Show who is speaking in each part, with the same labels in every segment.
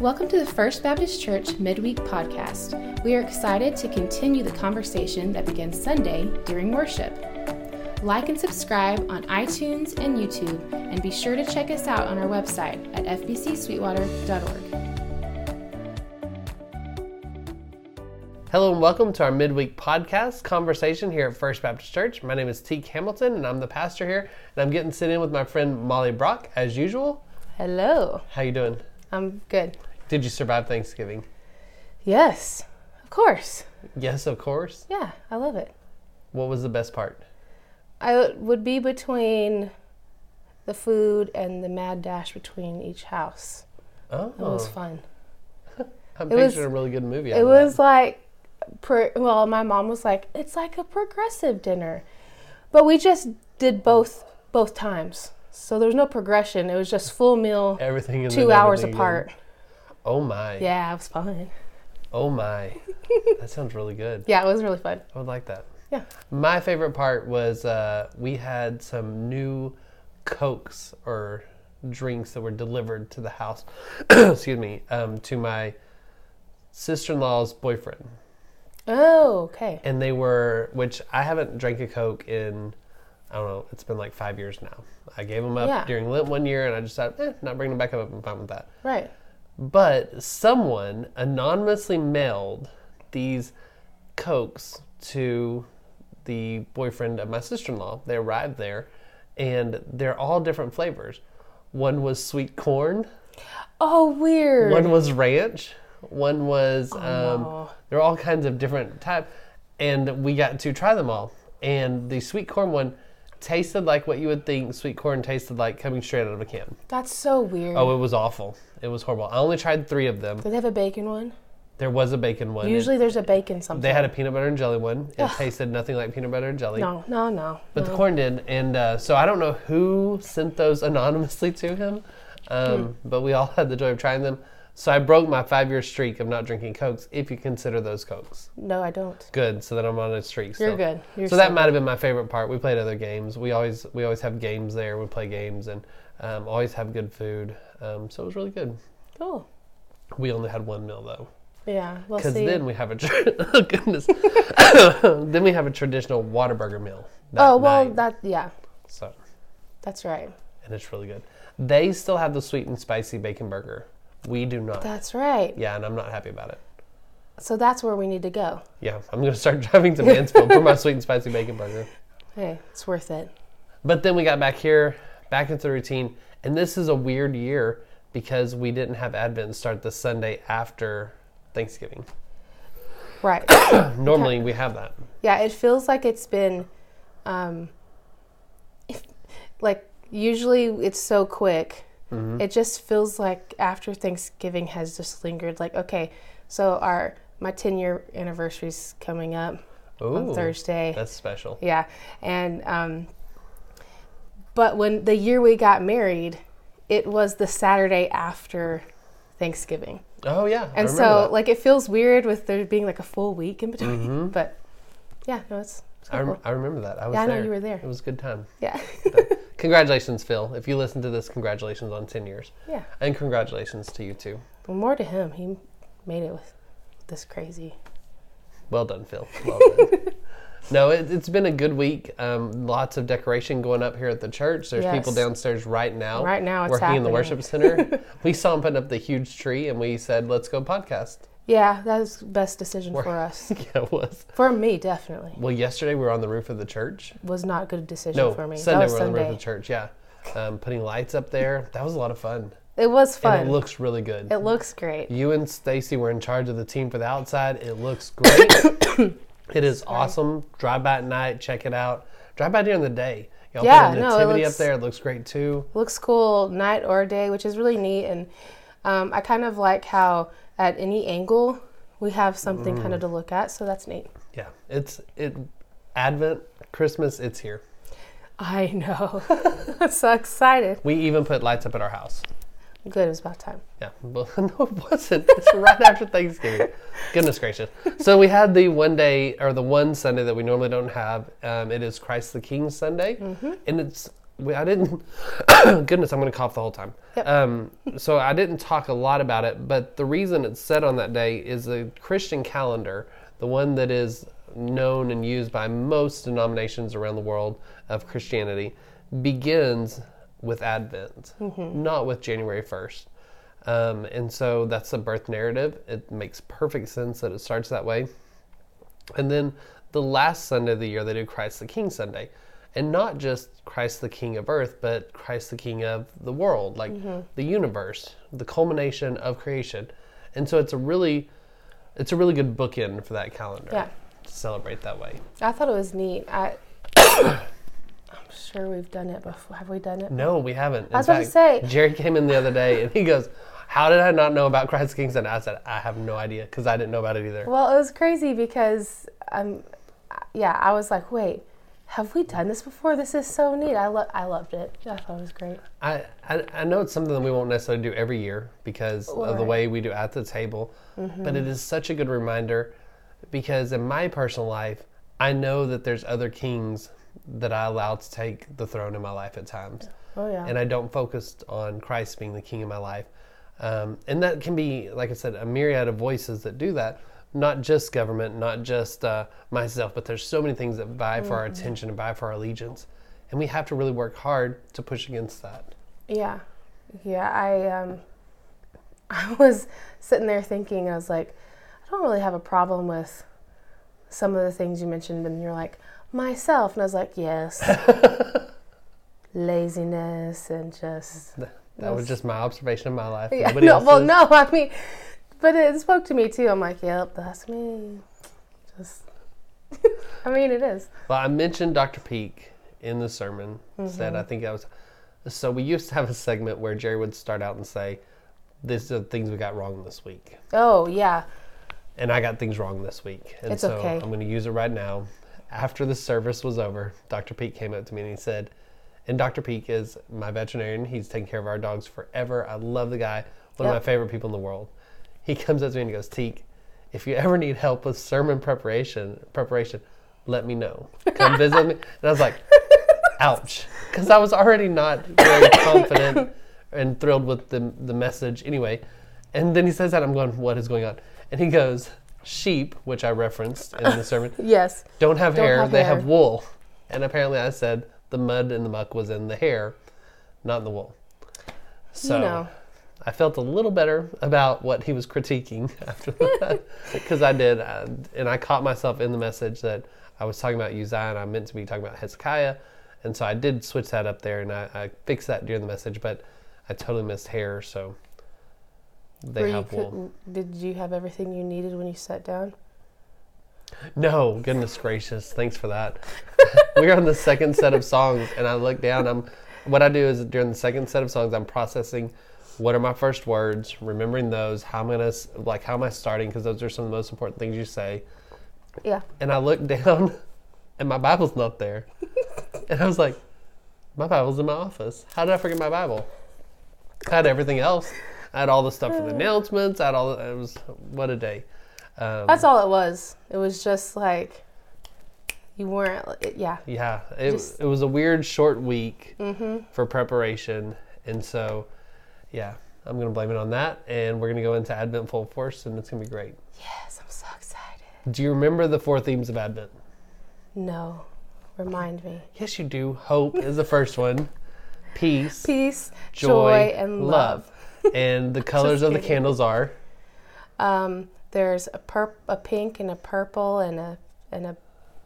Speaker 1: Welcome to the First Baptist Church Midweek Podcast. We are excited to continue the conversation that begins Sunday during worship. Like and subscribe on iTunes and YouTube, and be sure to check us out on our website at fbcsweetwater.org.
Speaker 2: Hello and welcome to our midweek podcast conversation here at First Baptist Church. My name is Teague Hamilton and I'm the pastor here, and I'm getting to sit in with my friend Molly Brock as usual.
Speaker 3: Hello.
Speaker 2: How you doing?
Speaker 3: I'm good.
Speaker 2: Did you survive Thanksgiving?
Speaker 3: Yes, of course.
Speaker 2: Yes, of course.
Speaker 3: Yeah, I love it.
Speaker 2: What was the best part?
Speaker 3: I would be between the food and the mad dash between each house.
Speaker 2: Oh,
Speaker 3: It was fun.
Speaker 2: I'm
Speaker 3: it
Speaker 2: picturing
Speaker 3: was-
Speaker 2: a really good movie. out
Speaker 3: It
Speaker 2: of that.
Speaker 3: was like, pro- well, my mom was like, "It's like a progressive dinner," but we just did both both times. So there was no progression. It was just full meal,
Speaker 2: everything and
Speaker 3: two
Speaker 2: then
Speaker 3: hours
Speaker 2: everything
Speaker 3: apart.
Speaker 2: again. Oh my!
Speaker 3: Yeah, it was fun.
Speaker 2: Oh my! that sounds really good.
Speaker 3: Yeah, it was really fun.
Speaker 2: I would like that.
Speaker 3: Yeah.
Speaker 2: My favorite part was uh, we had some new cokes or drinks that were delivered to the house. excuse me, um, to my sister-in-law's boyfriend,
Speaker 3: Oh, okay.
Speaker 2: and they were which I haven't drank a coke in. I don't know. It's been like five years now. I gave them up
Speaker 3: Yeah.
Speaker 2: during Lent one year, and I just thought, eh, not bringing them back up. I'm fine with that.
Speaker 3: Right.
Speaker 2: But someone anonymously mailed these cokes to the boyfriend of my sister in law. They arrived there, and they're all different flavors. One was sweet corn,
Speaker 3: Oh, weird.
Speaker 2: one was ranch, one was um,
Speaker 3: no.
Speaker 2: there were all kinds of different type, and we got to try them all. And the sweet corn one tasted like what you would think sweet corn tasted like coming straight out of a can.
Speaker 3: That's so weird.
Speaker 2: Oh, it was awful. It was horrible. I only tried three of them.
Speaker 3: Did they have a bacon one?
Speaker 2: There was a bacon one. and
Speaker 3: Usually there's a bacon something.
Speaker 2: They had a peanut butter and jelly one. It tasted nothing like peanut butter and jelly.
Speaker 3: no, no, no.
Speaker 2: But
Speaker 3: no.
Speaker 2: the corn did. And uh, so I don't know who sent those anonymously to him, um,
Speaker 3: Hmm.
Speaker 2: but we all had the joy of trying them. So I broke my five year streak of not drinking Cokes, if you consider those Cokes.
Speaker 3: no, I don't.
Speaker 2: Good, so that I'm on a streak.
Speaker 3: You're
Speaker 2: still.
Speaker 3: good. You're
Speaker 2: so that
Speaker 3: still
Speaker 2: might have been my favorite part. We played other games. We always we always have games there. We play games and um, always have good food. Um, so it was really good.
Speaker 3: Cool.
Speaker 2: We only had one meal though.
Speaker 3: Yeah. Well,
Speaker 2: Because
Speaker 3: see.
Speaker 2: then we have a tr- oh goodness, then we have a traditional Waterburger meal. that
Speaker 3: oh well,
Speaker 2: night.
Speaker 3: that yeah,
Speaker 2: so
Speaker 3: that's right.
Speaker 2: and it's really good. They still have the sweet and spicy bacon burger. We do not.
Speaker 3: That's right.
Speaker 2: yeah, and I'm not happy about it.
Speaker 3: So that's where we need to go.
Speaker 2: Yeah, I'm gonna start driving to Mansfield for my sweet and spicy bacon burger.
Speaker 3: Hey, it's worth it.
Speaker 2: But then we got back here, back into the routine, and this is a weird year because we didn't have Advent start the Sunday after Thanksgiving.
Speaker 3: Right.
Speaker 2: Normally we have that.
Speaker 3: yeah. It feels like it's been, um, like usually it's so quick. It just feels like after Thanksgiving has just lingered. Like okay, so our my ten year anniversary's coming up
Speaker 2: Ooh,
Speaker 3: on Thursday.
Speaker 2: That's special.
Speaker 3: Yeah, and um, but when the year we got married, it was the Saturday after Thanksgiving,
Speaker 2: Oh yeah, I
Speaker 3: and
Speaker 2: remember
Speaker 3: so
Speaker 2: that. Mm-hmm.
Speaker 3: like it feels weird with there being like a full week in between. But yeah, no, it's, it's
Speaker 2: I,
Speaker 3: cool.
Speaker 2: rem- I remember that. I was
Speaker 3: Yeah, I know
Speaker 2: there. Mm.
Speaker 3: you were there.
Speaker 2: It was a good time.
Speaker 3: yeah,
Speaker 2: Congratulations, Phil. If you listen to this, congratulations on 10 years.
Speaker 3: yeah.
Speaker 2: And congratulations to you too.
Speaker 3: But more to him, he made it with this crazy.
Speaker 2: Well done, Phil. Well done. no, it, it's been a good week. Um, lots of decoration going up here at the church. There's
Speaker 3: Yes.
Speaker 2: people downstairs right now.
Speaker 3: Right now it's
Speaker 2: working in the
Speaker 3: happening.
Speaker 2: worship center. we saw 'em putting up the huge tree, and we said, "Let's go podcast."
Speaker 3: Yeah, that was the best decision for us.
Speaker 2: yeah, it was.
Speaker 3: For me, definitely
Speaker 2: Well, yesterday we were on the roof of the church.
Speaker 3: was not a good decision
Speaker 2: No,
Speaker 3: for me.
Speaker 2: Sunday
Speaker 3: that was
Speaker 2: we were on the roof of
Speaker 3: Sunday.
Speaker 2: the church. Yeah, um, putting lights up there. That was a lot of fun.
Speaker 3: It was fun.
Speaker 2: And it Mm. looks really good.
Speaker 3: it looks great.
Speaker 2: You and Stacy were in charge of the team for the outside. It looks great. it is awesome. Drive by at night. Check it out. Drive by during the day. Y'all
Speaker 3: Yeah,
Speaker 2: put a
Speaker 3: no, it
Speaker 2: nativity up
Speaker 3: looks-
Speaker 2: there. It looks great too.
Speaker 3: looks cool night or day, which is really neat. And um, I kind of like how at any angle we have something
Speaker 2: Mm.
Speaker 3: kind of to look at, so that's neat.
Speaker 2: Yeah, it's it. Advent, Christmas, it's here.
Speaker 3: I know. I'm so excited.
Speaker 2: We even put lights up at our house.
Speaker 3: Good, it was about time.
Speaker 2: Yeah, well, no, it wasn't. It's right after Thanksgiving. Goodness gracious. So we had the one day or the one Sunday that we normally don't have. Um, it is Christ the King Sunday, and it's we, I didn't. goodness, I'm going to cough the whole time.
Speaker 3: Yep.
Speaker 2: Um, so I didn't talk a lot about it, but the reason it's said on that day is the Christian calendar, the one that is known and used by most denominations around the world of Christianity, begins with Advent, not with January 1st. Um, and so that's the birth narrative. It makes perfect sense that it starts that way. And then the last Sunday of the year, they do Christ the King Sunday. And not just Christ the King of earth, but Christ the King of the world, like
Speaker 3: Mm-hmm.
Speaker 2: the universe, the culmination of creation. And so it's a really it's a really good bookend for that calendar.
Speaker 3: Yeah.
Speaker 2: To celebrate that way.
Speaker 3: I thought it was neat. I, I'm sure we've done it before. Have we done it?
Speaker 2: No, we haven't. In
Speaker 3: I was about to say-
Speaker 2: Jerry came in the other day and he goes, How did I not know about Christ the King Sunday? I said, I have no idea because I didn't know about it either.
Speaker 3: Well, it was crazy because um, yeah, I was like, wait, have we done this before? This is so neat. I lo- I loved it. I thought it was great.
Speaker 2: I, I I know it's something that we won't necessarily do every year because of the
Speaker 3: Right. Mm-hmm.
Speaker 2: way we do at the table, but it is such a good reminder because in my personal life, I know that there's other kings that I allow to take the throne in my life at times,
Speaker 3: Oh yeah.
Speaker 2: and I don't focus on Christ being the king of my life, um, and that can be like I said, a myriad of voices that do that. Not just government, not just uh, myself, but there's so many things that vie for
Speaker 3: Mm-hmm.
Speaker 2: our attention and vie for our allegiance, and we have to really work hard to push against that.
Speaker 3: Yeah, yeah. I um, I was sitting there thinking. I was like, I don't really have a problem with some of the things you mentioned, and you're like myself, and I was like, yes, laziness and just
Speaker 2: That was just my observation of my life.
Speaker 3: yeah.
Speaker 2: Nobody
Speaker 3: No, well,
Speaker 2: else's.
Speaker 3: no, I mean, but it spoke to me too. I'm like, yep, that's me. Just, I mean, it is.
Speaker 2: Well, I mentioned Dr. Peak in the sermon.
Speaker 3: Mm-hmm.
Speaker 2: Said I think that was. So we used to have a segment where Jerry would start out and say, "These are the things we got wrong this week,"
Speaker 3: Oh yeah,
Speaker 2: and I got things wrong this week, and
Speaker 3: It's
Speaker 2: so
Speaker 3: okay.
Speaker 2: I'm going to use it right now. After the service was over, Dr. Peak came up to me and he said, "And Dr. Peak is my veterinarian. He's taken care of our dogs forever. I love the guy. One of
Speaker 3: Yep.
Speaker 2: my favorite people in the world." He comes up to me and he goes, "Teak, if you ever need help with sermon preparation, preparation, let me know. Come visit me." And I was like, "Ouch," because I was already not very confident and thrilled with the the message anyway. And then he says that I'm going, "What is going on?" And he goes, "Sheep," which I referenced in the sermon,
Speaker 3: yes.
Speaker 2: don't have
Speaker 3: Don't
Speaker 2: hair,
Speaker 3: have
Speaker 2: they
Speaker 3: hair.
Speaker 2: have wool. And apparently I said the mud and the muck was in the hair, not in the wool. So
Speaker 3: know.
Speaker 2: I felt a little better about what he was critiquing after that because I did. I, and I caught myself in the message that I was talking about Uzziah and I meant to be talking about Hezekiah. And so I did switch that up there and I, I fixed that during the message, but I totally missed hair. So they
Speaker 3: Where you
Speaker 2: have wool.
Speaker 3: could- Did you have everything you needed when you sat down?
Speaker 2: No, goodness gracious. Thanks for that. We're on the second set of songs, and I look down. I'm what I do is during the second set of songs, I'm processing what are my first words, remembering those, how I'm gonna s- like how am I starting because those are some of the most important things you say.
Speaker 3: Yeah.
Speaker 2: And I look down, and my Bible's not there, and I was like, my Bible's in my office. How did I forget my Bible? I had everything else. I had all the stuff for the announcements. I had all. It was what a day. Um,
Speaker 3: That's all it was. It was just like you weren't. it- Yeah,
Speaker 2: Yeah, it,
Speaker 3: Just- Mm-hmm.
Speaker 2: it was a weird short week for preparation. And so, yeah, I'm going to blame it on that. And we're going to go into Advent full force, and it's going to be great.
Speaker 3: yes, I'm so excited.
Speaker 2: Do you remember the four themes of Advent?
Speaker 3: No, remind me.
Speaker 2: Yes, you do. Hope is the first one, peace,
Speaker 3: Peace, joy,
Speaker 2: joy,
Speaker 3: and love.
Speaker 2: love. and the colors of the
Speaker 3: kidding.
Speaker 2: candles are
Speaker 3: Um, there's a perp, a pink, and a purple, and a and a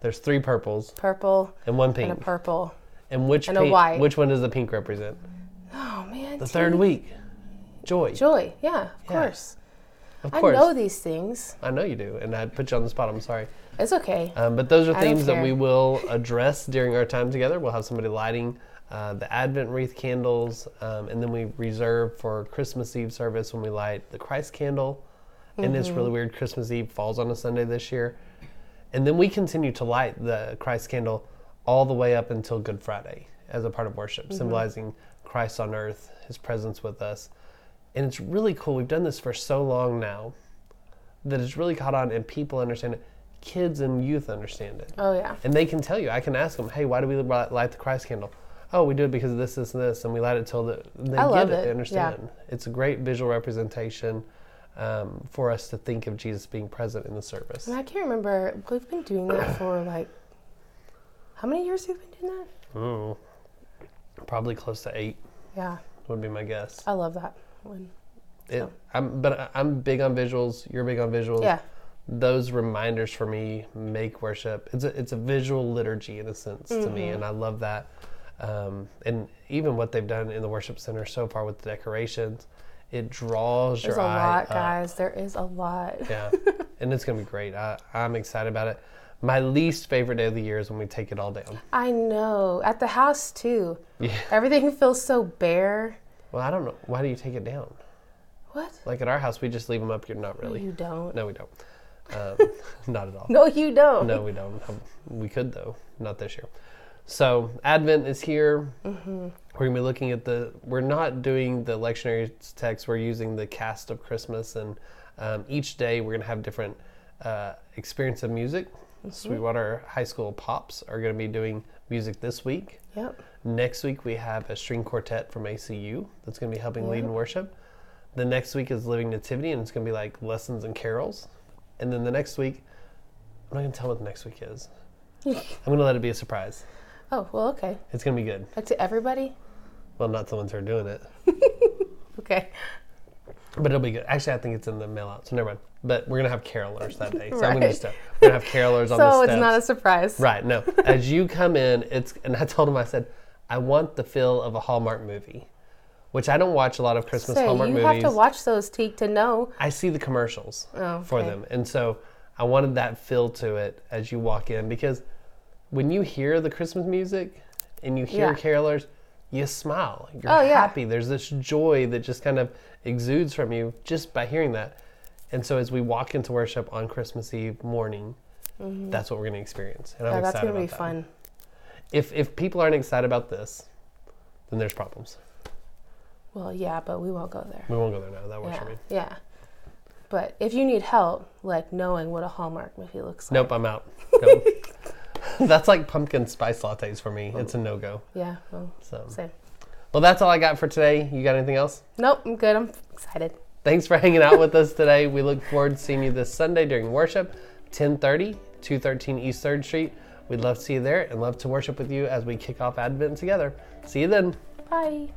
Speaker 2: there's three purples
Speaker 3: purple,
Speaker 2: and one
Speaker 3: and a
Speaker 2: pink.
Speaker 3: purple.
Speaker 2: And which
Speaker 3: and a
Speaker 2: pink-
Speaker 3: white.
Speaker 2: which one does the pink represent?
Speaker 3: Oh man,
Speaker 2: The third
Speaker 3: Tina.
Speaker 2: week, joy.
Speaker 3: Joy. Yeah, of
Speaker 2: Yeah,
Speaker 3: course.
Speaker 2: Of
Speaker 3: I
Speaker 2: course,
Speaker 3: know these things.
Speaker 2: I know you do. And I put you on the spot. I'm sorry.
Speaker 3: It's okay.
Speaker 2: Um, but those are
Speaker 3: I don't
Speaker 2: themes that
Speaker 3: care.
Speaker 2: we will address during our time together. We'll have somebody lighting uh, the Advent wreath candles, um, and then we reserve for Christmas Eve service when we light the Christ candle. And it's
Speaker 3: Mm-hmm.
Speaker 2: really weird. Christmas Eve falls on a Sunday this year. And then we continue to light the Christ candle all the way up until Good Friday as a part of worship,
Speaker 3: Mm-hmm.
Speaker 2: symbolizing Christ on earth, his presence with us. And it's really cool. We've done this for so long now that it's really caught on and people understand it. Kids and youth understand it.
Speaker 3: Oh yeah.
Speaker 2: And they can tell you. I can ask them, hey, why do we li- light the Christ candle? oh, we do it because of this, this, and this, and we let it till the, they
Speaker 3: I
Speaker 2: get
Speaker 3: love
Speaker 2: it,
Speaker 3: it.
Speaker 2: They
Speaker 3: Yeah.
Speaker 2: understand. It's a great visual representation um, for us to think of Jesus being present in the service.
Speaker 3: And I can't remember. We've been doing that for like how many years have we been doing that?
Speaker 2: Mm. Probably close to eight
Speaker 3: Yeah,
Speaker 2: would be my guess.
Speaker 3: I love that one.
Speaker 2: It, I'm, but I- I'm big on visuals. You're big on visuals.
Speaker 3: Yeah,
Speaker 2: Those reminders for me make worship. It's a, it's a visual liturgy in a sense to
Speaker 3: Mm-hmm.
Speaker 2: me, and I love that. Um, and even what they've done in the worship center so far with the decorations, it draws
Speaker 3: there's a
Speaker 2: your eye.
Speaker 3: lot,
Speaker 2: up.
Speaker 3: guys. There is a lot.
Speaker 2: Yeah, and it's gonna be great. I, I'm excited about it. My least favorite day of the year is when we take it all down.
Speaker 3: I know. At the house too.
Speaker 2: Yeah.
Speaker 3: Everything feels so bare.
Speaker 2: Well, I don't know. Why do you take it down?
Speaker 3: What?
Speaker 2: Like at our house, we just leave them up here. Not
Speaker 3: No,
Speaker 2: really.
Speaker 3: you don't.
Speaker 2: No, we don't. Um, not at all.
Speaker 3: No, you don't.
Speaker 2: No, we don't. Um, We could though. Not this year. So Advent is here. We're gonna be looking at the. We're not doing the lectionary text. We're using the cast of Christmas, and um, each day we're gonna have different uh, experience of music. Sweetwater High School Pops are gonna be doing music this week.
Speaker 3: Yep.
Speaker 2: Next week we have a string quartet from ACU that's going to be helping lead in worship. The next week is Living Nativity, and it's going to be like lessons and carols. And then the next week, I'm not going to tell what the next week is. I'm going to let it be a surprise.
Speaker 3: Oh well, okay.
Speaker 2: It's going to be good.
Speaker 3: Like to everybody.
Speaker 2: Well, not the ones who are doing it,
Speaker 3: Okay.
Speaker 2: but it'll be good. Actually, I think it's in the mail out, so never mind. But we're going to have carolers that day, so I'm going to
Speaker 3: Right.
Speaker 2: just tell- we're going to have carolers on the
Speaker 3: So
Speaker 2: steps.
Speaker 3: it's not a surprise.
Speaker 2: Right. No. As you come in, it's and I told him I said, I want the feel of a Hallmark movie, which I don't watch a lot of Christmas
Speaker 3: Say, you
Speaker 2: Hallmark movies.
Speaker 3: have to watch those teak to know.
Speaker 2: I see the commercials
Speaker 3: Oh,
Speaker 2: for
Speaker 3: okay.
Speaker 2: them, and so I wanted that feel to it as you walk in because when you hear the Christmas music and you hear
Speaker 3: Yeah.
Speaker 2: carolers, you smile. You're
Speaker 3: Oh, yeah.
Speaker 2: happy. There's this joy that just kind of exudes from you just by hearing that. And so as we walk into worship on Christmas Eve morning, that's what we're going to experience. And I'm
Speaker 3: Mm-hmm. Yeah,
Speaker 2: excited
Speaker 3: that's gonna
Speaker 2: about
Speaker 3: be fun.
Speaker 2: that if if people aren't excited about this, then there's problems.
Speaker 3: Well, yeah, but we won't go there.
Speaker 2: We won't go there now. That works
Speaker 3: Yeah.
Speaker 2: for me.
Speaker 3: Yeah. But if you need help, like knowing what a Hallmark movie looks like.
Speaker 2: Nope, I'm out. Nope. that's like pumpkin spice lattes for me. It's a no go.
Speaker 3: Yeah. Well,
Speaker 2: So,
Speaker 3: same.
Speaker 2: well, that's all I got for today. You got anything else?
Speaker 3: Nope. I'm good. I'm excited.
Speaker 2: Thanks for hanging out with us today. We look forward to seeing you this Sunday during worship, 1030, 213 East 3rd Street. We'd love to see you there and love to worship with you as we kick off Advent together. See you then.
Speaker 3: Bye.